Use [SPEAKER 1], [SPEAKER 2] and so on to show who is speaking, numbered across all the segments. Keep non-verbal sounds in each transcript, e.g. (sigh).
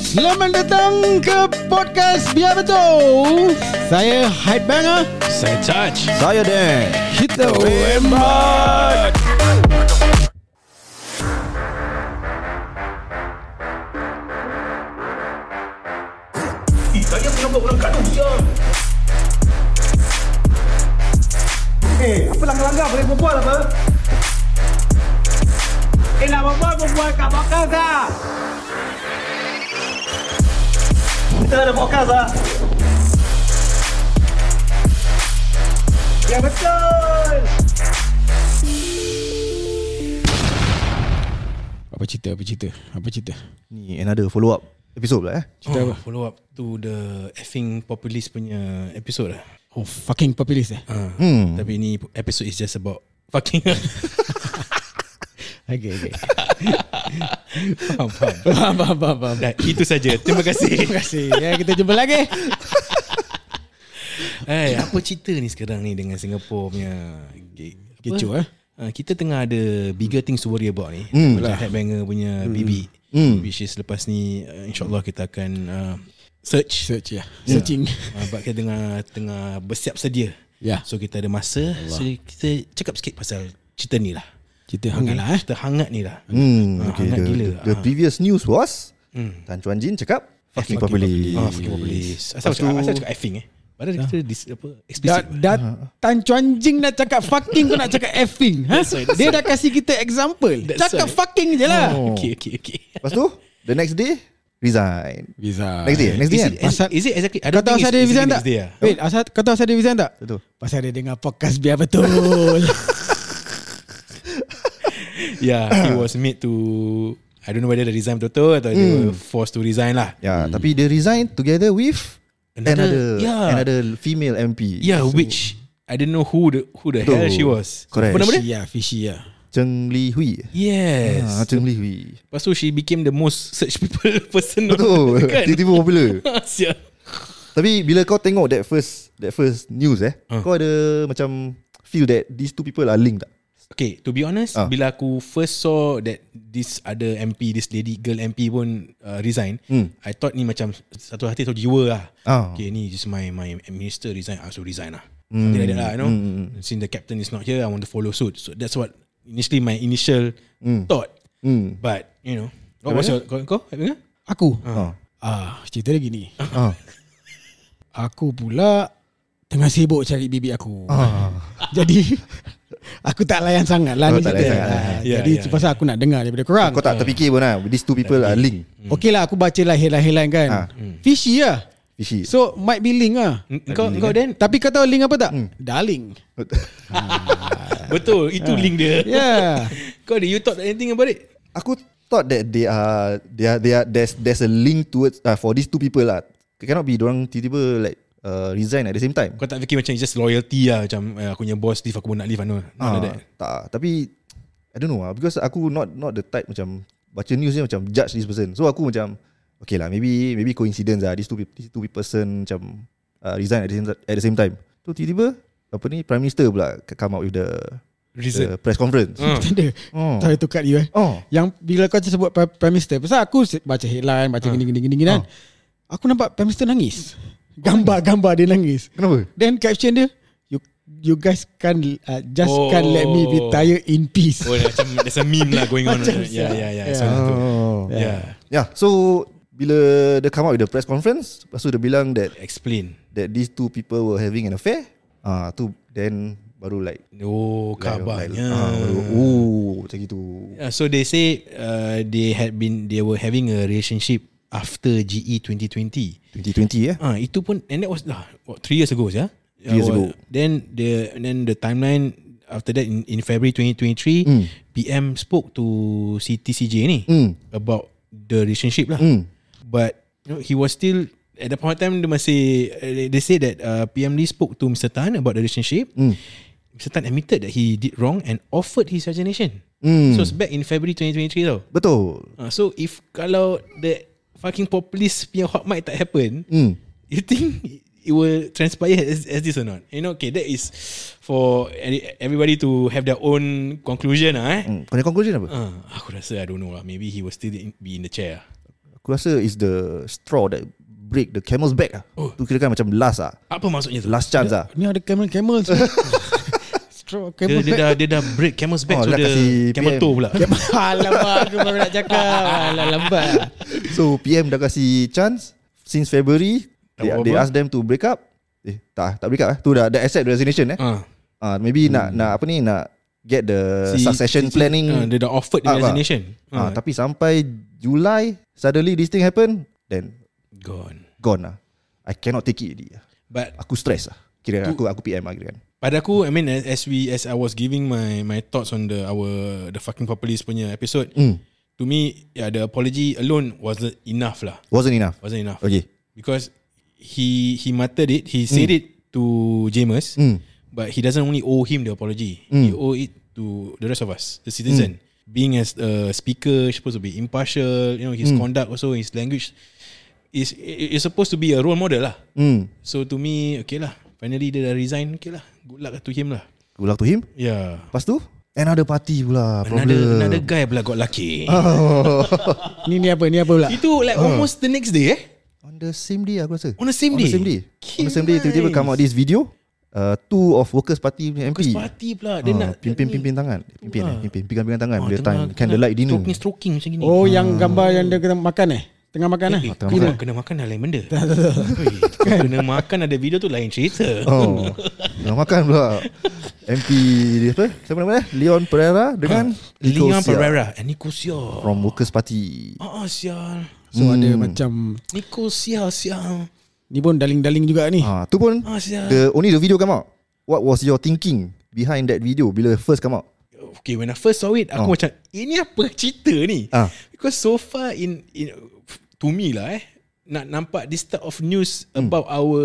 [SPEAKER 1] Selamat datang ke podcast Biar Betul Saya Hype Banger
[SPEAKER 2] Saya Eh, charge
[SPEAKER 3] Saya Dan
[SPEAKER 1] Kita rembat
[SPEAKER 4] Saya punya buat orang gaduh je. Eh, apa langgar-langgar boleh berbual apa? Eh, nak berbual, berbual kat podcast lah. Kita ada podcast lah. Ya betul.
[SPEAKER 1] Apa cerita, apa cerita, apa cerita
[SPEAKER 3] Ni another follow up episode pula eh
[SPEAKER 1] Cerita
[SPEAKER 2] oh,
[SPEAKER 1] apa?
[SPEAKER 2] Follow up to the effing populist punya episode lah
[SPEAKER 1] Oh fucking populist eh
[SPEAKER 2] uh, hmm. Tapi ni episode is just about Fucking (laughs)
[SPEAKER 1] Okay, okay
[SPEAKER 2] faham, faham.
[SPEAKER 1] (laughs) Faham, faham, faham, faham.
[SPEAKER 2] Dah, Itu saja Terima kasih
[SPEAKER 1] Terima kasih ya, Kita jumpa lagi
[SPEAKER 2] hey, Eh, Apa cerita ni sekarang ni Dengan Singapore punya ge- apa?
[SPEAKER 1] Kecoh, eh?
[SPEAKER 2] Ah, kita tengah ada bigger things to worry about ni mm, Macam Headbanger punya BB Which is lepas ni ah, InsyaAllah kita akan ah, Search
[SPEAKER 1] Search ya Searching
[SPEAKER 2] uh, Sebab kita tengah Tengah bersiap sedia
[SPEAKER 1] Ya.
[SPEAKER 2] So kita ada masa Allah. So kita cakap sikit pasal Cerita ni lah
[SPEAKER 1] Cerita hangat lah eh
[SPEAKER 2] Cerita hangat ni lah
[SPEAKER 3] Hmm,
[SPEAKER 2] Ah,
[SPEAKER 3] okay.
[SPEAKER 2] hangat
[SPEAKER 3] The,
[SPEAKER 2] gila.
[SPEAKER 3] the, the
[SPEAKER 2] Ah.
[SPEAKER 3] previous news was Tan Chuan Jin cakap fucking populis.
[SPEAKER 2] Ah, fucking populis Asal
[SPEAKER 3] Lepas tu-
[SPEAKER 2] cakap, asal cakap effing eh Padahal kita dis, apa,
[SPEAKER 1] Da,
[SPEAKER 2] explicit
[SPEAKER 1] da, Tan Chuan Jing dah cakap fucking Kau nak cakap effing ha? Dia dah kasih kita example
[SPEAKER 2] That's
[SPEAKER 1] Cakap
[SPEAKER 2] why.
[SPEAKER 1] fucking je lah
[SPEAKER 2] (laughs)
[SPEAKER 3] Oh.
[SPEAKER 2] Okay okay okay
[SPEAKER 3] Lepas tu the next day resign.
[SPEAKER 1] Visa
[SPEAKER 3] Next day, next day
[SPEAKER 2] Is
[SPEAKER 3] kan?
[SPEAKER 2] it, is,
[SPEAKER 1] Pasal-
[SPEAKER 2] is it exactly I
[SPEAKER 1] Kau
[SPEAKER 2] don't
[SPEAKER 1] tahu asal
[SPEAKER 2] think it's
[SPEAKER 1] dia
[SPEAKER 2] exactly
[SPEAKER 1] resign tak?
[SPEAKER 2] next day lah.
[SPEAKER 1] Wait, asal, kau tahu asal dia resign tak?
[SPEAKER 3] Betul.
[SPEAKER 1] Pasal dia dengar podcast biar betul.
[SPEAKER 2] (laughs) Yeah He was made to I don't know whether dia resign betul-betul Atau dia
[SPEAKER 3] Hmm.
[SPEAKER 2] were forced to resign lah
[SPEAKER 3] Ya, tapi dia resign together with
[SPEAKER 2] Another- ya. yeah.
[SPEAKER 3] another another female MP.
[SPEAKER 2] Yeah which I didn't know who the who the hell
[SPEAKER 3] Betul.
[SPEAKER 2] she was
[SPEAKER 3] Correct.
[SPEAKER 2] Apa nama dia?
[SPEAKER 1] ya, fishy ya.
[SPEAKER 3] Cheng Li Hui.
[SPEAKER 2] Yes
[SPEAKER 3] Ah, Cheng Li
[SPEAKER 2] (laughs)
[SPEAKER 3] Hui.
[SPEAKER 2] Lepas tu she became the most search people (laughs) person
[SPEAKER 3] Betul.
[SPEAKER 2] kan? (laughs)
[SPEAKER 3] Tiba-tiba popular.
[SPEAKER 2] Sia.
[SPEAKER 3] Tapi bila kau tengok that first that first news eh,
[SPEAKER 2] Ah.
[SPEAKER 3] kau ada macam feel that these two people are linked tak?
[SPEAKER 2] Okay, to be honest,
[SPEAKER 3] Ah.
[SPEAKER 2] bila aku first saw that this other MP, this lady, girl MP pun uh, resign, I thought ni macam satu hati satu jiwa lah.
[SPEAKER 3] Hmm. Ah.
[SPEAKER 2] Okay, ni just my my minister resign, I also resign lah.
[SPEAKER 3] Hmm.
[SPEAKER 2] Something like that lah, you know. Since the captain is not here, I want to follow suit. So that's what initially my initial
[SPEAKER 3] Hmm.
[SPEAKER 2] thought. But, you know, what was your, kau, kau, Abang?
[SPEAKER 1] Aku.
[SPEAKER 3] Ha.
[SPEAKER 1] Ah, cerita dia gini.
[SPEAKER 3] Ah.
[SPEAKER 1] Aku pula tengah sibuk cari bibi aku. (laughs) Jadi aku tak layan sangat lah
[SPEAKER 3] Ah. Oh,
[SPEAKER 1] ni
[SPEAKER 3] tak
[SPEAKER 1] cerita.
[SPEAKER 3] layan sangat.
[SPEAKER 1] Ah,
[SPEAKER 2] Ya,
[SPEAKER 1] Jadi
[SPEAKER 2] ya,
[SPEAKER 1] yeah, pasal aku nak dengar daripada korang.
[SPEAKER 3] Kau tak terfikir pun lah These two people are linked
[SPEAKER 1] Okey lah aku baca lah headline-headline kan.
[SPEAKER 3] Ah.
[SPEAKER 2] Hmm.
[SPEAKER 1] Fishy lah.
[SPEAKER 3] Fishy
[SPEAKER 1] So might be link lah.
[SPEAKER 2] Kau, Hmm. kau Dan?
[SPEAKER 1] Tapi kau tahu link apa tak?
[SPEAKER 3] Hmm.
[SPEAKER 1] Darling.
[SPEAKER 2] Betul, itu
[SPEAKER 3] Ah.
[SPEAKER 2] link dia.
[SPEAKER 3] (laughs)
[SPEAKER 1] Yeah.
[SPEAKER 2] Kau, you thought anything about it?
[SPEAKER 3] Aku thought that they are they are, they are there's there's a link towards uh, for these two people lah. It cannot be orang tiba-tiba like uh, resign at the same time.
[SPEAKER 2] Kau tak fikir macam it's just loyalty lah Macam eh, aku punya boss leave Aku pun nak leave no, Not
[SPEAKER 3] Ah,
[SPEAKER 2] like that
[SPEAKER 3] tak. Tapi I don't know lah because aku not not the type macam baca news ni macam judge this person. So aku macam okay lah maybe maybe coincidence lah these two peop- these two person macam uh, resign at the same at the same time. Tu tiba-tiba apa ni prime minister pula come out with the,
[SPEAKER 2] Reason
[SPEAKER 3] the press conference.
[SPEAKER 2] Hmm.
[SPEAKER 1] Tanda.
[SPEAKER 3] (laughs) Oh.
[SPEAKER 1] Sorry tukar you eh.
[SPEAKER 3] Oh.
[SPEAKER 1] Yang bila kau sebut Pri- Prime Minister Pasal aku se- baca headline
[SPEAKER 3] Ah.
[SPEAKER 1] Baca gini gini gini gini kan Aku nampak Prime Minister nangis Gambar-gambar dia nangis
[SPEAKER 3] Kenapa?
[SPEAKER 1] Then caption dia You you guys can uh, Just
[SPEAKER 2] Oh.
[SPEAKER 1] can't let me retire in peace
[SPEAKER 2] Oh macam There's a meme lah going on
[SPEAKER 1] Macam sial.
[SPEAKER 2] Yeah yeah yeah
[SPEAKER 1] Yeah.
[SPEAKER 2] So, tu.
[SPEAKER 3] Oh.
[SPEAKER 2] Yeah
[SPEAKER 3] Yeah, so bila dia come out with the press conference, lepas tu dia bilang that
[SPEAKER 2] Explain
[SPEAKER 3] that these two people were having an affair. Ah, tu then baru like
[SPEAKER 2] Oh
[SPEAKER 3] like,
[SPEAKER 2] kabarnya
[SPEAKER 3] ah, baru, oh macam gitu.
[SPEAKER 2] Yeah, So they say uh, They had been They were having a relationship After E GE 2020
[SPEAKER 3] 2020 eh.
[SPEAKER 2] Ah, itu pun and that was lah what, three years ago, yeah.
[SPEAKER 3] Three years ago.
[SPEAKER 2] Then the and then the timeline after that in, in February 2023,
[SPEAKER 3] Mm.
[SPEAKER 2] PM spoke to CTCJ ni
[SPEAKER 3] Mm.
[SPEAKER 2] about the relationship lah.
[SPEAKER 3] Hmm,
[SPEAKER 2] But you know, he was still at the point of time dia masih eh, they say that uh, PM Lee spoke to Mr Tan about the relationship.
[SPEAKER 3] Mm. hmm,
[SPEAKER 2] Mr Tan admitted that he did wrong and offered his resignation.
[SPEAKER 3] Mm.
[SPEAKER 2] So it's back in February 2023 tau.
[SPEAKER 3] hmm. Betul.
[SPEAKER 2] Uh, so if kalau the fucking populist punya hot mic tak happen,
[SPEAKER 3] Hmm.
[SPEAKER 2] mm. you think it will transpire as, as this or not? You know, okay, that is for any- everybody to have their own conclusion lah eh. Ah,
[SPEAKER 3] Mm. Hmm. Kau punya conclusion apa?
[SPEAKER 2] Uh, aku rasa I don't know lah Maybe he will still in- be in the chair
[SPEAKER 3] Aku Aku rasa is the straw that break the camel's back lah. Oh. Tu kira kan macam last ah.
[SPEAKER 2] Apa maksudnya tu?
[SPEAKER 3] Last chance ah.
[SPEAKER 1] Ni ada camel-camel (laughs) semua. Straw
[SPEAKER 2] Dia,
[SPEAKER 1] camel
[SPEAKER 2] dia, dah, dia dah break camel's back
[SPEAKER 3] Oh,
[SPEAKER 2] oh, So
[SPEAKER 3] lah
[SPEAKER 2] dia
[SPEAKER 3] kasih
[SPEAKER 2] camel
[SPEAKER 3] PM.
[SPEAKER 2] toe pula
[SPEAKER 1] Camel (laughs) Alamak aku baru nak cakap Alah lambat lah.
[SPEAKER 3] So PM dah kasi chance since February they,
[SPEAKER 2] Tak
[SPEAKER 3] they
[SPEAKER 2] apa-apa.
[SPEAKER 3] ask them to break up. Eh tak tak break up eh. Tu dah dah accept the resignation eh.
[SPEAKER 2] (laughs) Ah,
[SPEAKER 3] Ah maybe nak nak apa ni nak get the
[SPEAKER 2] si-
[SPEAKER 3] succession
[SPEAKER 2] si- si-
[SPEAKER 3] planning.
[SPEAKER 2] ah, Dia dah offered the
[SPEAKER 3] up lah.
[SPEAKER 2] resignation
[SPEAKER 3] Ah tapi sampai Julai suddenly this thing happen then
[SPEAKER 2] Gone
[SPEAKER 3] gone lah. I cannot take it already.
[SPEAKER 2] But
[SPEAKER 3] Aku stress lah. Kira aku aku PM lah kira kan.
[SPEAKER 2] Pada aku I mean as, as we as I was giving my my thoughts on the our the fucking populist punya episode mm. to me yeah the apology alone wasn't enough lah
[SPEAKER 3] Wasn't enough.
[SPEAKER 2] wasn't enough
[SPEAKER 3] Okay. Hmm.
[SPEAKER 2] because he he muttered it he said it to James
[SPEAKER 3] Mm.
[SPEAKER 2] but he doesn't only owe him the apology
[SPEAKER 3] Hmm.
[SPEAKER 2] he owe it to the rest of us the citizen being as a speaker supposed to be impartial you know his
[SPEAKER 3] Hmm.
[SPEAKER 2] conduct also his language is is supposed to be a role model lah
[SPEAKER 3] Mm.
[SPEAKER 2] so to me okay lah finally dia dah resign okay lah good luck to him lah
[SPEAKER 3] Good luck to him.
[SPEAKER 2] Yeah.
[SPEAKER 3] Lepas tu another party pula problem. Ah.
[SPEAKER 2] Another another guy pula got lucky. Uh,
[SPEAKER 1] Ni ni apa Ni apa pula
[SPEAKER 2] Itu like uh, almost the next day eh.
[SPEAKER 3] On the same day aku rasa.
[SPEAKER 2] On the same
[SPEAKER 3] On
[SPEAKER 2] day.
[SPEAKER 3] the same day. On the same day tiba-tiba come out this video uh, two of workers party punya MP.
[SPEAKER 2] Party pula dia
[SPEAKER 3] Ah,
[SPEAKER 2] nak
[SPEAKER 3] pimpin-pimpin tangan. Pimpin eh, pimpin pegang-pegang tangan
[SPEAKER 2] Ah,
[SPEAKER 3] bila
[SPEAKER 2] tengah-
[SPEAKER 3] time candlelight
[SPEAKER 2] tengah
[SPEAKER 3] dinner.
[SPEAKER 2] Stroking stroking macam gini.
[SPEAKER 1] Oh yang
[SPEAKER 3] Hmm.
[SPEAKER 1] gambar yang dia kena makan eh Tengah makan eh
[SPEAKER 2] Eh,
[SPEAKER 3] Oh,
[SPEAKER 2] kena, kena makan dah lain benda (laughs) Kan? Oi, Kena makan ada video tu lain cerita
[SPEAKER 3] Oh. (laughs) Nak makan pula. MP dia apa? Siapa nama dia? Leon Pereira dengan kan? Nico
[SPEAKER 2] Ah, Leon
[SPEAKER 3] Sia
[SPEAKER 2] Pereira And Nico Sia
[SPEAKER 3] from Workers Party.
[SPEAKER 2] Ah sial
[SPEAKER 1] So ada
[SPEAKER 3] Hmm.
[SPEAKER 1] macam
[SPEAKER 2] Nico Sia Ah, sial
[SPEAKER 1] Ni pun daling-daling juga ni
[SPEAKER 3] Ah, tu pun
[SPEAKER 2] Ah sial
[SPEAKER 3] the only the video come out. What was your thinking behind that video bila first come out?
[SPEAKER 2] okay when I first saw it aku
[SPEAKER 3] Oh.
[SPEAKER 2] macam ini apa cerita ni
[SPEAKER 3] Ah.
[SPEAKER 2] because so far in in to me lah eh nak nampak this type of news
[SPEAKER 3] Hmm.
[SPEAKER 2] about our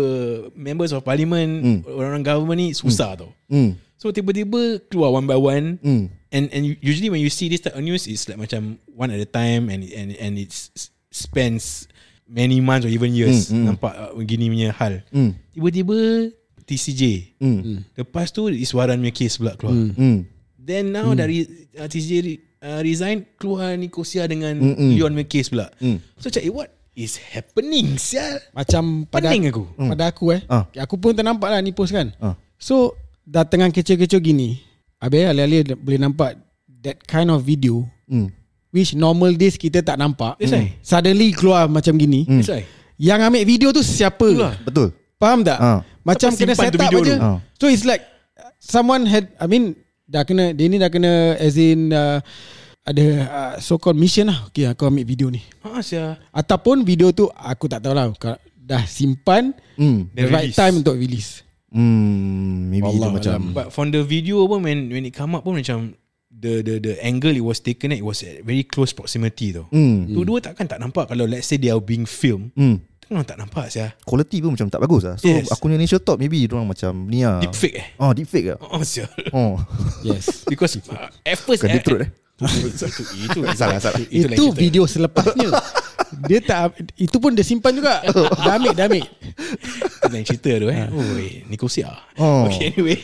[SPEAKER 2] members of parliament orang-orang government ni susah tau
[SPEAKER 3] Hmm.
[SPEAKER 2] so tiba-tiba keluar one by one
[SPEAKER 3] Hmm.
[SPEAKER 2] and and usually when you see this type of news it's like macam one at a time and and and it's spends many months or even years nampak uh, gini punya hal
[SPEAKER 3] Hmm.
[SPEAKER 2] tiba-tiba TCJ
[SPEAKER 3] Hmm.
[SPEAKER 2] lepas tu Iswaran punya case pula keluar
[SPEAKER 3] Hmm.
[SPEAKER 2] Then now hmm. dari uh, TJ re- uh, resign keluar Nikosia dengan
[SPEAKER 3] Hmm,
[SPEAKER 2] Leon punya case pula.
[SPEAKER 3] Mm.
[SPEAKER 2] So cakap eh, what is happening sial?
[SPEAKER 1] Macam pada
[SPEAKER 2] Pening aku.
[SPEAKER 1] hmm. Pada aku eh
[SPEAKER 3] Ah.
[SPEAKER 1] Aku pun ternampak lah ni post kan
[SPEAKER 3] Ah.
[SPEAKER 1] So Dah tengah kecoh-kecoh gini Habis alih-alih boleh nampak That kind of video
[SPEAKER 3] Hmm.
[SPEAKER 1] Which normal days kita tak nampak Hmm.
[SPEAKER 2] That's right.
[SPEAKER 1] Suddenly keluar macam gini
[SPEAKER 3] Hmm.
[SPEAKER 2] That's right.
[SPEAKER 1] Yang ambil video tu siapa
[SPEAKER 2] Itulah.
[SPEAKER 3] Betul.
[SPEAKER 1] Faham tak?
[SPEAKER 3] Ah.
[SPEAKER 1] Macam
[SPEAKER 2] Siapa
[SPEAKER 1] kena
[SPEAKER 2] simpan
[SPEAKER 1] set
[SPEAKER 2] tu
[SPEAKER 1] up
[SPEAKER 2] video
[SPEAKER 1] aja
[SPEAKER 2] tu?
[SPEAKER 3] Ah.
[SPEAKER 1] So it's like Someone had I mean Dah kena Dia ni dah kena As in uh, Ada uh, So called mission lah Okay aku ambil video ni
[SPEAKER 2] Ha sial.
[SPEAKER 1] Ataupun video tu Aku tak tahu lah Kau Dah simpan
[SPEAKER 3] Hmm.
[SPEAKER 1] The right
[SPEAKER 2] release.
[SPEAKER 1] time untuk release
[SPEAKER 3] Hmm, maybe Allah
[SPEAKER 1] Wallah
[SPEAKER 3] itu macam
[SPEAKER 2] Mm. But from the video pun when when it come up pun macam the the the angle it was taken at, it was at very close proximity tau.
[SPEAKER 3] hmm,
[SPEAKER 2] Tu dua takkan tak nampak kalau let's say they are being filmed.
[SPEAKER 3] hmm,
[SPEAKER 2] Tengok tak nampak sial.
[SPEAKER 3] quality pun macam tak bagus lah. So
[SPEAKER 2] Yes.
[SPEAKER 3] aku punya initial thought maybe orang macam ni ah.
[SPEAKER 2] Deep fake eh. (laughs)
[SPEAKER 3] Oh, deep fake ah.
[SPEAKER 2] Oh sial.
[SPEAKER 3] Oh. (laughs)
[SPEAKER 2] (laughs)
[SPEAKER 1] Yes
[SPEAKER 2] Because uh, at first
[SPEAKER 3] Bukan deep throat eh.
[SPEAKER 2] Itu
[SPEAKER 3] Salah, salah.
[SPEAKER 1] Itu,
[SPEAKER 2] lain cerita.
[SPEAKER 1] video selepasnya Dia tak Itu pun dia simpan juga Dah ambil Dah ambil
[SPEAKER 2] (laughs) Itu lain cerita tu eh. Oi, Nikosia.
[SPEAKER 3] Oh.
[SPEAKER 2] (laughs) Okay anyway.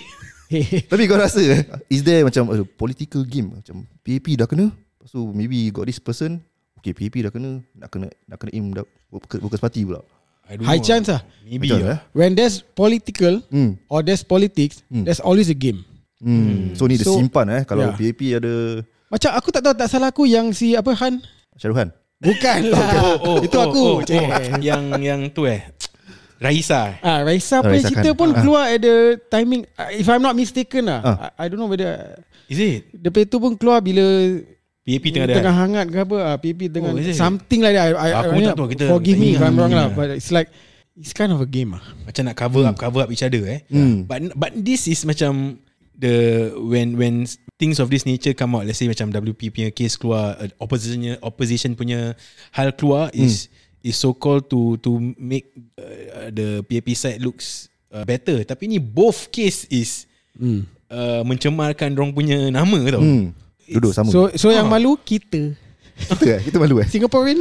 [SPEAKER 3] Tapi kau rasa eh, is there macam a political game macam PAP dah kena. Lepas tu maybe got this person Okay PAP dah kena Nak kena Nak kena aim dah, Workers, workers party pula
[SPEAKER 2] I don't
[SPEAKER 1] High
[SPEAKER 2] know.
[SPEAKER 1] chance lah
[SPEAKER 2] Maybe
[SPEAKER 3] Betul,
[SPEAKER 2] lah.
[SPEAKER 3] eh?
[SPEAKER 1] When there's political
[SPEAKER 3] Hmm.
[SPEAKER 1] Or there's politics There's always a game
[SPEAKER 3] hmm. So ni dia
[SPEAKER 1] So-
[SPEAKER 3] simpan eh
[SPEAKER 1] Yeah.
[SPEAKER 3] Kalau PAP ada
[SPEAKER 1] Macam aku tak tahu Tak salah aku yang si Apa Han
[SPEAKER 3] Syaruhan
[SPEAKER 1] (laughs) Bukan lah Itu aku
[SPEAKER 2] oh, oh, Yang yang tu eh Raisa eh.
[SPEAKER 1] Ah, Raisa punya
[SPEAKER 3] Oh, Raisa
[SPEAKER 1] cerita
[SPEAKER 3] Khan.
[SPEAKER 1] pun keluar at the timing ah, If I'm not mistaken lah
[SPEAKER 3] Ah.
[SPEAKER 1] I, I don't know whether
[SPEAKER 2] Is it
[SPEAKER 1] The play tu pun keluar bila
[SPEAKER 2] PAP tengah ada Oh,
[SPEAKER 1] tengah hangat ke apa ah, PP tengah
[SPEAKER 2] is it?
[SPEAKER 1] Something like that I, I,
[SPEAKER 2] Aku
[SPEAKER 1] I,
[SPEAKER 2] pun
[SPEAKER 1] I
[SPEAKER 2] tak tahu, kita
[SPEAKER 1] Forgive
[SPEAKER 2] tak
[SPEAKER 1] me if
[SPEAKER 2] ingat.
[SPEAKER 1] I'm wrong lah
[SPEAKER 2] Hmm.
[SPEAKER 1] But it's like It's kind of a game ah.
[SPEAKER 2] Macam nak cover up Cover up each other eh
[SPEAKER 3] Hmm.
[SPEAKER 2] But but this is macam The When when Things of this nature come out Let's say macam WP punya case keluar uh, Opposition punya, opposition punya Hal keluar
[SPEAKER 3] Hmm.
[SPEAKER 2] Is is so called to to make uh, the PAP side looks uh, better tapi ni both case is
[SPEAKER 1] Hmm.
[SPEAKER 2] uh, mencemarkan orang punya nama tau
[SPEAKER 3] hmm. Duduk sama Ah.
[SPEAKER 1] So so yang malu kita
[SPEAKER 3] kita, eh?
[SPEAKER 1] (laughs)
[SPEAKER 3] kita malu eh (laughs)
[SPEAKER 1] Singaporean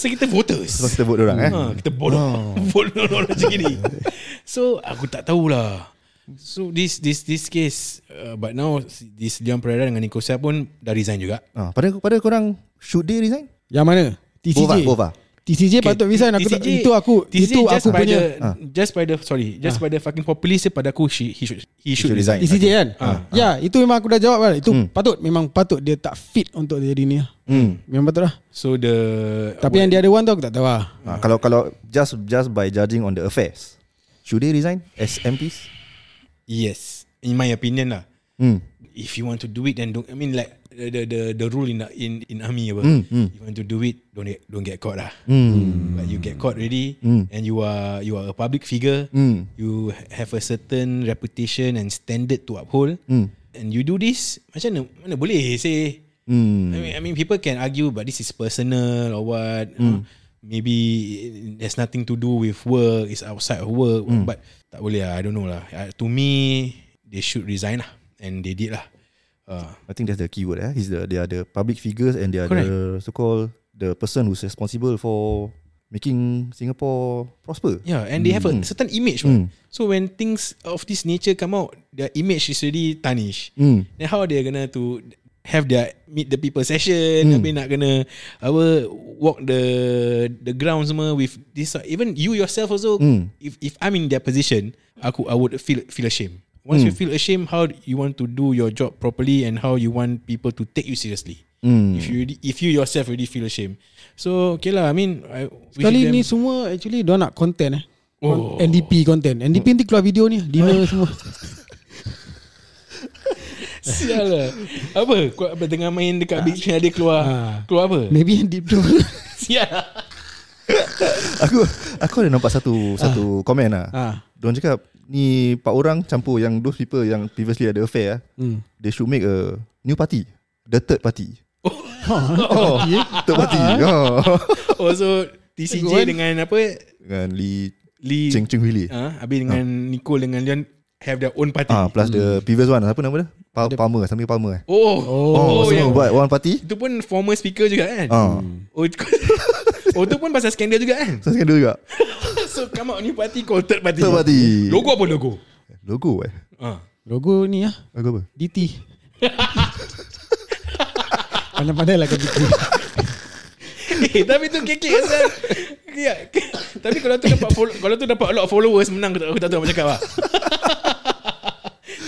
[SPEAKER 2] so kita voters
[SPEAKER 3] Sebab kita vote orang eh
[SPEAKER 2] Ha, kita (laughs) bodoh bodoh orang macam gini. So aku tak tahulah. So this this this case uh, but now this Leon Pereira dengan Nicosia pun dah resign juga.
[SPEAKER 3] Ha, ah, Pada, pada korang Should they resign?
[SPEAKER 1] Yang mana? TCJ.
[SPEAKER 3] Both ah, both ah.
[SPEAKER 1] TCJ okay. Eh, patut resign aku tak, itu aku
[SPEAKER 2] TCJ
[SPEAKER 1] itu
[SPEAKER 2] just
[SPEAKER 1] aku
[SPEAKER 2] by
[SPEAKER 1] punya Ah.
[SPEAKER 2] the, just by the sorry just by the fucking populist dia pada aku she, he should he should,
[SPEAKER 3] should
[SPEAKER 2] resign.
[SPEAKER 3] resign.
[SPEAKER 1] TCJ kan.
[SPEAKER 2] Ah, Hmm.
[SPEAKER 1] Ah, ya, itu memang aku dah jawab kan. Itu patut memang patut dia tak fit untuk dia jadi ni. lah.
[SPEAKER 3] Hmm.
[SPEAKER 1] Memang patut lah.
[SPEAKER 2] So the
[SPEAKER 1] Tapi yang dia ada one tu aku tak tahu lah.
[SPEAKER 3] Ah, kalau kalau just just by judging on the affairs, should they resign as MPs?
[SPEAKER 2] yes, in my opinion lah.
[SPEAKER 3] Hmm.
[SPEAKER 2] If you want to do it, then don't. I mean like the the the, the rule in in in army apa. You want to do it, don't get, don't get caught lah. But you get caught already, and you are you are a public figure. You have a certain reputation and standard to uphold. And you do this, macam mana, mana boleh say
[SPEAKER 3] Hmm.
[SPEAKER 2] I mean, I mean, people can argue, but this is personal or what. Uh, maybe it- there's nothing to do with work. It's outside of work. But tak boleh lah. I don't know lah. Uh, to me, they should resign lah, and they did lah. Uh,
[SPEAKER 3] I think that's the key word. Eh? Is the they are the public figures and they are
[SPEAKER 2] Correct.
[SPEAKER 3] the so-called the person who's responsible for making Singapore prosper.
[SPEAKER 2] yeah, and they have a certain image. what. So when things of this nature come out, their image is already tarnished.
[SPEAKER 3] Mm.
[SPEAKER 2] Then how they gonna to have their meet the people session?
[SPEAKER 1] Hmm.
[SPEAKER 2] Mm. Tapi nak kena apa walk the the ground semua with this. Even you yourself also.
[SPEAKER 1] Hmm.
[SPEAKER 2] Mm. If if I'm in their position, aku I would feel feel ashamed. Once mm. you
[SPEAKER 1] Hmm.
[SPEAKER 2] feel ashamed, how you want to do your job properly and how you want people to take you seriously.
[SPEAKER 1] Hmm.
[SPEAKER 3] Hmm.
[SPEAKER 2] Mm. If you already- if you yourself already feel ashamed, so okay lah. I mean, I wish
[SPEAKER 1] Kali
[SPEAKER 2] them-
[SPEAKER 1] ni semua actually dia nak content eh.
[SPEAKER 2] Oh.
[SPEAKER 1] Oh. NDP content. NDP nanti keluar video ni, (laughs) dinner semua.
[SPEAKER 2] (laughs) Sial lah Apa Kau apa tengah main dekat Big Screen Ada keluar
[SPEAKER 1] Ha.
[SPEAKER 2] Keluar
[SPEAKER 1] (laughs)
[SPEAKER 2] apa
[SPEAKER 1] Maybe NDP tu. Ya.
[SPEAKER 2] (laughs) Sial lah
[SPEAKER 3] aku aku ada nampak satu satu komen lah.
[SPEAKER 1] Ah.
[SPEAKER 3] Diorang cakap ni empat orang campur yang those people yang previously ada affair ah.
[SPEAKER 1] Hmm.
[SPEAKER 3] They should make a new party. The third party. (laughs)
[SPEAKER 1] Oh, yeah.
[SPEAKER 3] Third party.
[SPEAKER 2] Ah,
[SPEAKER 3] Oh. (laughs)
[SPEAKER 2] Oh so TCJ
[SPEAKER 1] Good one.
[SPEAKER 2] dengan apa
[SPEAKER 3] Dengan Lee
[SPEAKER 2] Lee
[SPEAKER 3] Cheng Cheng Hui Lee.
[SPEAKER 2] ha, Habis dengan Nicole dengan Leon Have their own party
[SPEAKER 3] Ah, plus the previous one apa nama dia? Pa- Palmer, something Palmer eh.
[SPEAKER 2] Oh
[SPEAKER 1] Oh,
[SPEAKER 2] Oh,
[SPEAKER 3] Oh,
[SPEAKER 2] yeah.
[SPEAKER 3] so buat one party.
[SPEAKER 2] Itu pun former speaker juga kan
[SPEAKER 3] Ah.
[SPEAKER 2] Oh (laughs) Oh tu pun pasal skandal juga kan (laughs)
[SPEAKER 3] So sekarang dulu juga.
[SPEAKER 2] So come out new party Call third party
[SPEAKER 3] Third party.
[SPEAKER 2] Logo apa logo
[SPEAKER 3] Logo eh.
[SPEAKER 2] ha.
[SPEAKER 1] Logo ni ah,
[SPEAKER 3] Logo apa?
[SPEAKER 1] (laughs) DT. Pandai-pandai lah kau (laughs) fikir.
[SPEAKER 2] (laughs) Eh tapi tu kekek asal Ya. (laughs) Tapi kalau tu dapat follow, Kalau tu dapat a lot of followers Menang aku tak, aku tak tahu nak cakap lah (laughs)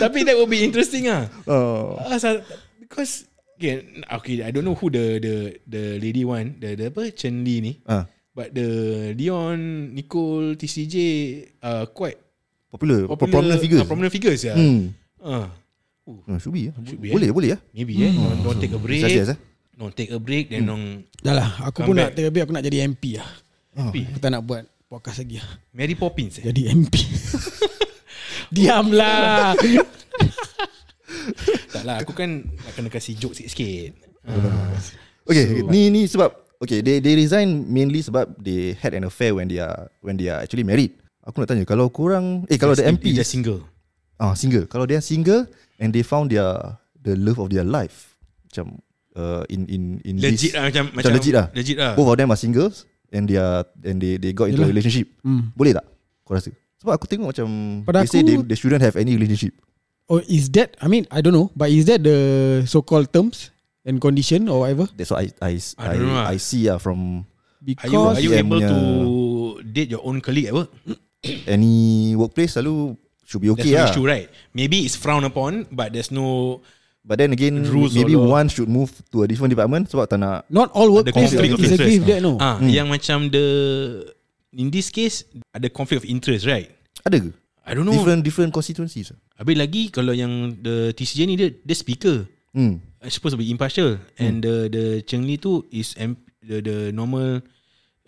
[SPEAKER 2] Tapi that will be interesting ah.
[SPEAKER 3] Oh.
[SPEAKER 2] Ah, sa- because okay, okay, I don't know who the the the lady one, the the apa Chen Li ni.
[SPEAKER 3] Ah,
[SPEAKER 2] But the Leon, Nicole, TCJ uh, quite
[SPEAKER 3] popular,
[SPEAKER 2] popular,
[SPEAKER 3] prominent figures.
[SPEAKER 2] Uh, prominent figures ya. Hmm.
[SPEAKER 3] Hmm.
[SPEAKER 2] Uh,
[SPEAKER 3] No, should be. ah.
[SPEAKER 2] Should be, eh?
[SPEAKER 3] boleh, boleh ya.
[SPEAKER 2] maybe eh, don't, don't take a break.
[SPEAKER 3] Suggest eh. Hmm.
[SPEAKER 2] Don't take a break then don't
[SPEAKER 1] Dah lah, aku
[SPEAKER 2] Come
[SPEAKER 1] pun nak
[SPEAKER 2] back.
[SPEAKER 1] terlebih aku nak jadi MP lah.
[SPEAKER 3] Ah.
[SPEAKER 2] Happy.
[SPEAKER 1] Aku tak nak buat podcast lagi lah.
[SPEAKER 2] Mary Poppins eh.
[SPEAKER 1] Jadi (laughs) MP. Diamlah.
[SPEAKER 2] tak lah, aku kan nak kena kasih joke sikit-sikit.
[SPEAKER 3] Ah. Okay, ni ni sebab okay they they resign mainly sebab they had an affair when they are when they are actually married. Aku nak tanya kalau kurang eh kalau the MP
[SPEAKER 2] Dia single.
[SPEAKER 3] ah single. Kalau dia single and they found their the love of their life macam uh, in in in
[SPEAKER 2] Legit
[SPEAKER 3] this,
[SPEAKER 2] lah macam,
[SPEAKER 3] macam legit lah.
[SPEAKER 2] Legit lah.
[SPEAKER 3] Both of them are singles and they are and they they got into a relationship.
[SPEAKER 2] Hmm.
[SPEAKER 3] Boleh tak? Kau rasa? Sebab aku tengok macam
[SPEAKER 1] Pada
[SPEAKER 3] they say
[SPEAKER 1] aku-
[SPEAKER 3] they, they shouldn't have any relationship.
[SPEAKER 1] Or Oh, is that I mean I don't know But is that the So-called terms And condition or whatever
[SPEAKER 3] That's what I I
[SPEAKER 2] I
[SPEAKER 3] I,
[SPEAKER 2] don't know lah.
[SPEAKER 3] I, see ah
[SPEAKER 2] Are you,
[SPEAKER 3] from
[SPEAKER 2] are
[SPEAKER 1] Because
[SPEAKER 2] you
[SPEAKER 3] Because-
[SPEAKER 2] able
[SPEAKER 3] Them
[SPEAKER 2] to
[SPEAKER 3] punya-
[SPEAKER 2] date your own colleague at work?
[SPEAKER 3] any workplace selalu should be
[SPEAKER 2] That's
[SPEAKER 3] okay
[SPEAKER 2] no
[SPEAKER 3] lah.
[SPEAKER 2] issue, right? Maybe it's frowned upon, but there's no
[SPEAKER 3] But then again,
[SPEAKER 2] Rules
[SPEAKER 3] maybe
[SPEAKER 2] or law.
[SPEAKER 3] one should move to a different department sebab tak nak.
[SPEAKER 1] Not all
[SPEAKER 2] the
[SPEAKER 1] workplace
[SPEAKER 2] conflict of
[SPEAKER 1] Is
[SPEAKER 2] interest.
[SPEAKER 1] agree with that no Hmm.
[SPEAKER 2] Ah, yang macam the in this case ada conflict of interest, right?
[SPEAKER 3] Ada ke?
[SPEAKER 2] I don't know.
[SPEAKER 3] Different different constituencies.
[SPEAKER 2] Habis lagi kalau yang the TCJ ni dia dia speaker.
[SPEAKER 3] Hmm.
[SPEAKER 2] I supposed to be impartial and the the Cheng Li tu is M, the the normal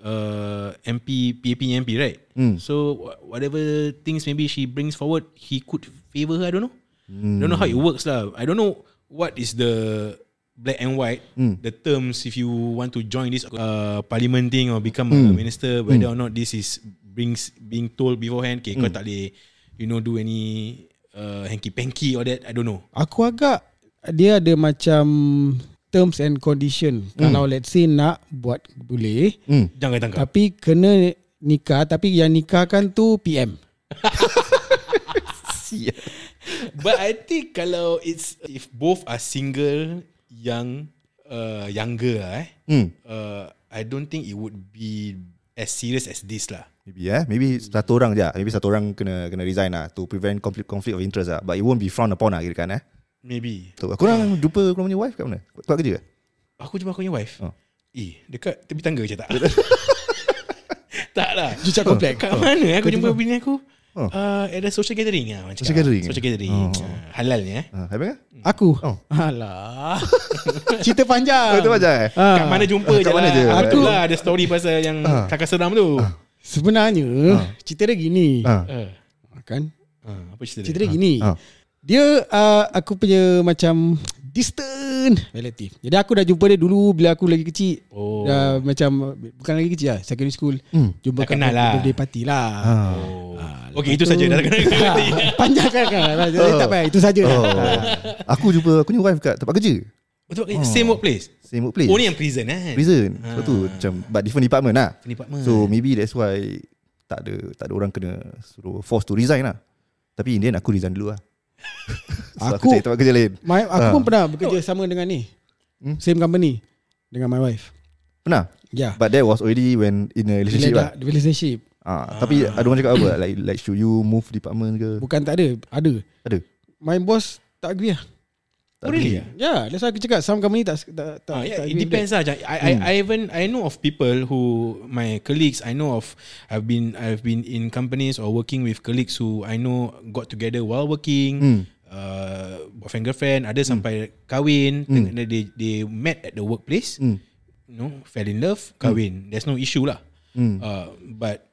[SPEAKER 2] uh, MP PAP MP right so wha- whatever things maybe she brings forward he could favor her I don't know don't know how it works lah I don't know what is the black and white the terms if you want to join this uh, parliament thing or become a minister whether or not this is brings being told beforehand okay kau tak boleh you know do any uh, hanky panky or that I don't know
[SPEAKER 1] Aku agak Dia ada macam Terms and condition
[SPEAKER 2] Hmm.
[SPEAKER 1] Kalau let's say Nak buat Boleh
[SPEAKER 2] jangan tangkap
[SPEAKER 1] Tapi kena Nikah Tapi yang nikahkan tu PM
[SPEAKER 2] ya. But I think kalau it's if both are single, young, uh, younger lah eh,
[SPEAKER 3] Hmm.
[SPEAKER 2] uh, I don't think it would be as serious as this lah.
[SPEAKER 3] Maybe eh Maybe satu orang je lah. Maybe satu orang kena kena resign lah To prevent conflict conflict of interest lah But it won't be frowned upon lah Kira kan eh
[SPEAKER 2] Maybe.
[SPEAKER 3] so, Korang jumpa korang punya wife kat mana? Kau kat kerja ke?
[SPEAKER 2] Aku jumpa aku punya wife.
[SPEAKER 3] Oh.
[SPEAKER 2] Eh, dekat tepi tangga je
[SPEAKER 3] (laughs)
[SPEAKER 2] tak? tak lah.
[SPEAKER 1] Cucak komplek.
[SPEAKER 2] Kat mana aku jumpa bini aku?
[SPEAKER 3] Oh.
[SPEAKER 2] Uh, at a social gathering lah.
[SPEAKER 3] Social gathering?
[SPEAKER 2] Social gathering.
[SPEAKER 3] Oh.
[SPEAKER 2] Ah, halal ni eh.
[SPEAKER 3] Ha, habis kan?
[SPEAKER 1] Aku
[SPEAKER 3] Oh.
[SPEAKER 1] Alah (laughs) Cerita panjang
[SPEAKER 3] Itu macam eh?
[SPEAKER 1] Ah.
[SPEAKER 2] Kat mana jumpa
[SPEAKER 3] Ah,
[SPEAKER 2] je
[SPEAKER 3] kat mana
[SPEAKER 2] lah.
[SPEAKER 3] je? Ah.
[SPEAKER 2] Aku
[SPEAKER 1] Aku-
[SPEAKER 2] lah ada story pasal yang kakak seram tu.
[SPEAKER 1] Sebenarnya Cerita dia gini
[SPEAKER 3] Ha.
[SPEAKER 2] Ah.
[SPEAKER 1] Kan
[SPEAKER 2] Ah, apa cerita
[SPEAKER 1] Cerita
[SPEAKER 2] dia?
[SPEAKER 1] dia gini
[SPEAKER 3] Ah.
[SPEAKER 1] Dia uh, Aku punya macam Distant Relative Jadi aku dah jumpa dia dulu Bila aku lagi kecil
[SPEAKER 2] Oh.
[SPEAKER 1] Dah macam Bukan lagi kecil lah Secondary school Jumpa
[SPEAKER 2] Dah kenal lah.
[SPEAKER 1] Birthday party lah
[SPEAKER 3] Ah.
[SPEAKER 2] Oh. okay, itu saja dah kena
[SPEAKER 1] (laughs) Ah, Panjang kan, kan? Jadi tak payah Itu saja
[SPEAKER 3] Oh. aku jumpa aku punya wife kat tempat kerja.
[SPEAKER 2] Untuk Eh, same workplace.
[SPEAKER 3] Same workplace.
[SPEAKER 2] Oh ni yang prison kan?
[SPEAKER 3] prison. Sebab tu macam but different department lah.
[SPEAKER 2] Different department.
[SPEAKER 3] So maybe that's why tak ada tak ada orang kena suruh force to resign lah. Tapi in the end aku resign dulu
[SPEAKER 1] (laughs)
[SPEAKER 3] lah. so aku,
[SPEAKER 1] Aku-
[SPEAKER 3] cari tempat kerja lain.
[SPEAKER 1] My, aku
[SPEAKER 3] Ah.
[SPEAKER 1] pun pernah bekerja sama dengan ni
[SPEAKER 3] Hmm?
[SPEAKER 1] Same company Dengan my wife
[SPEAKER 3] Pernah.
[SPEAKER 1] Ya
[SPEAKER 3] But that was already when in a
[SPEAKER 1] Bila
[SPEAKER 3] relationship
[SPEAKER 1] dah
[SPEAKER 3] lah.
[SPEAKER 1] relationship
[SPEAKER 3] Ah, tapi ada orang cakap apa like like should you move department ke?
[SPEAKER 1] Bukan tak ada Ada
[SPEAKER 3] Ada.
[SPEAKER 1] My boss tak agree lah
[SPEAKER 2] Oh, really?
[SPEAKER 1] Ya yeah, that's why aku cakap Some company tak tak, tak,
[SPEAKER 2] Ah, yeah,
[SPEAKER 1] tak
[SPEAKER 2] it
[SPEAKER 1] agree
[SPEAKER 2] depends lah. Macam I, I, I even I know of people who my colleagues. I know of I've been I've been in companies or working with colleagues who I know got together while working. Uh, boyfriend girlfriend ada sampai kahwin. Tengok- They they met at the workplace. You know, fell in love, kahwin. There's no issue lah.
[SPEAKER 3] Hmm.
[SPEAKER 2] Uh, but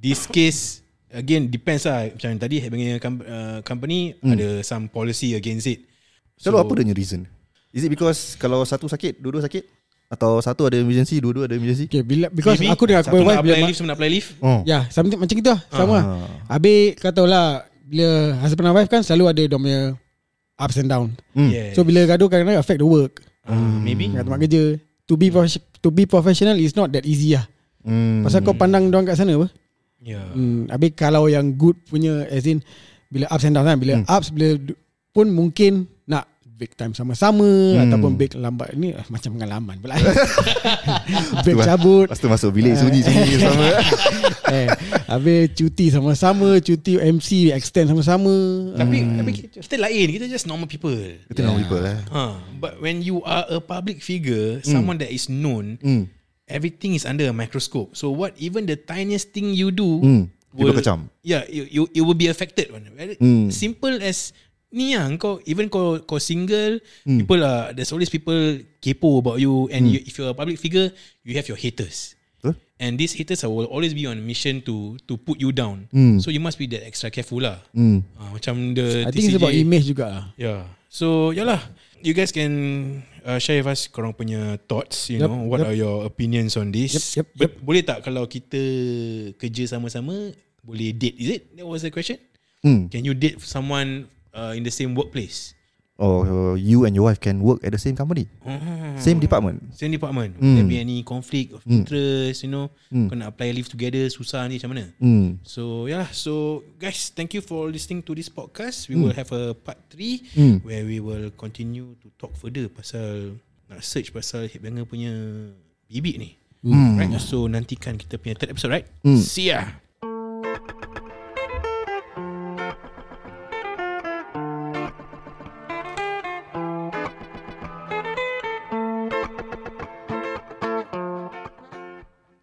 [SPEAKER 2] this case again depends lah. Macam tadi punya com- uh, company
[SPEAKER 1] Hmm.
[SPEAKER 2] ada some policy against it.
[SPEAKER 3] Kalau apa dia punya reason? Is it because kalau satu sakit, dua-dua sakit? Atau satu ada emergency, dua-dua ada emergency?
[SPEAKER 1] Okay bila Because
[SPEAKER 2] Maybe
[SPEAKER 1] aku dengan aku
[SPEAKER 2] satu
[SPEAKER 1] punya
[SPEAKER 2] nak
[SPEAKER 1] wife Bila
[SPEAKER 2] apply Ah.
[SPEAKER 1] ma-
[SPEAKER 2] leave, semua nak apply leave.
[SPEAKER 3] Oh.
[SPEAKER 1] Ya, something macam gitu lah. Sama lah. Habis kau tahu lah, bila husband and wife kan selalu ada dia punya ups and down.
[SPEAKER 3] hmm.
[SPEAKER 2] Yeah.
[SPEAKER 1] Hmm. So Hmm. bila gaduh kadang-kadang affect the work.
[SPEAKER 2] uh, maybe.
[SPEAKER 1] Kat tempat kerja. To be profes- to be professional is not that easy lah.
[SPEAKER 3] Hmm.
[SPEAKER 1] Pasal kau pandang dia orang kat sana apa?
[SPEAKER 2] Ah. Yeah.
[SPEAKER 1] Hmm, habis kalau yang good punya as in bila ups and down kan,
[SPEAKER 2] Hmm.
[SPEAKER 1] bila ups bila du- pun mungkin nak big time sama-sama
[SPEAKER 2] Hmm.
[SPEAKER 1] ataupun big lambat ni ah, macam dengan laman pula.
[SPEAKER 2] (laughs)
[SPEAKER 1] big cabut.
[SPEAKER 3] lah. Lepas tu masuk bilik
[SPEAKER 1] (laughs)
[SPEAKER 3] sunyi-sunyi sama.
[SPEAKER 1] eh, habis cuti sama-sama, cuti MC extend sama-sama.
[SPEAKER 2] Tapi,
[SPEAKER 1] Hmm.
[SPEAKER 2] tapi kita lain, kita just normal people.
[SPEAKER 3] Itu yeah. people eh.
[SPEAKER 2] Huh. But when you are a public
[SPEAKER 1] Hmm.
[SPEAKER 2] figure, someone that is known,
[SPEAKER 3] Hmm.
[SPEAKER 2] everything is under a microscope. So what even the tiniest thing you do
[SPEAKER 3] Hmm. People kacam.
[SPEAKER 2] Yeah, you, you it will be affected. One. Very
[SPEAKER 3] Hmm.
[SPEAKER 2] Simple as ni lah, kau even kau kau single,
[SPEAKER 1] Hmm.
[SPEAKER 2] people are there's always people kepo about you and you, if you're a public figure, you have your haters.
[SPEAKER 3] Betul.
[SPEAKER 2] And these haters are- will always be on a mission to to put you down. So you must be that extra careful lah.
[SPEAKER 3] Hmm.
[SPEAKER 2] Ah, macam the
[SPEAKER 1] Hmm. I think it's
[SPEAKER 2] TCJ.
[SPEAKER 1] about image juga lah.
[SPEAKER 2] Yeah. So yalah, you guys can uh, share with us korang punya thoughts, you
[SPEAKER 1] Yup,
[SPEAKER 2] know, what
[SPEAKER 1] yup.
[SPEAKER 2] are your opinions on this?
[SPEAKER 1] Yup, yup,
[SPEAKER 2] But Boleh tak kalau kita kerja sama-sama boleh date? Is it? That was the question.
[SPEAKER 3] Hmm.
[SPEAKER 2] Can you date someone uh, in the same workplace?
[SPEAKER 3] Or uh, you and your wife can work at the same company.
[SPEAKER 2] Oh.
[SPEAKER 3] Same department.
[SPEAKER 2] Same department.
[SPEAKER 3] Ah. Hmm.
[SPEAKER 2] Will there be any conflict of interest, you know? Kau nak apply leave together susah ni macam mana?
[SPEAKER 3] Hmm.
[SPEAKER 2] So yeah, so guys, thank you for listening to this podcast. We will have a part three where we will continue to talk further pasal nak search pasal Hitbanger punya bibik ni. Right? So nantikan kita punya third episode, right? See ya.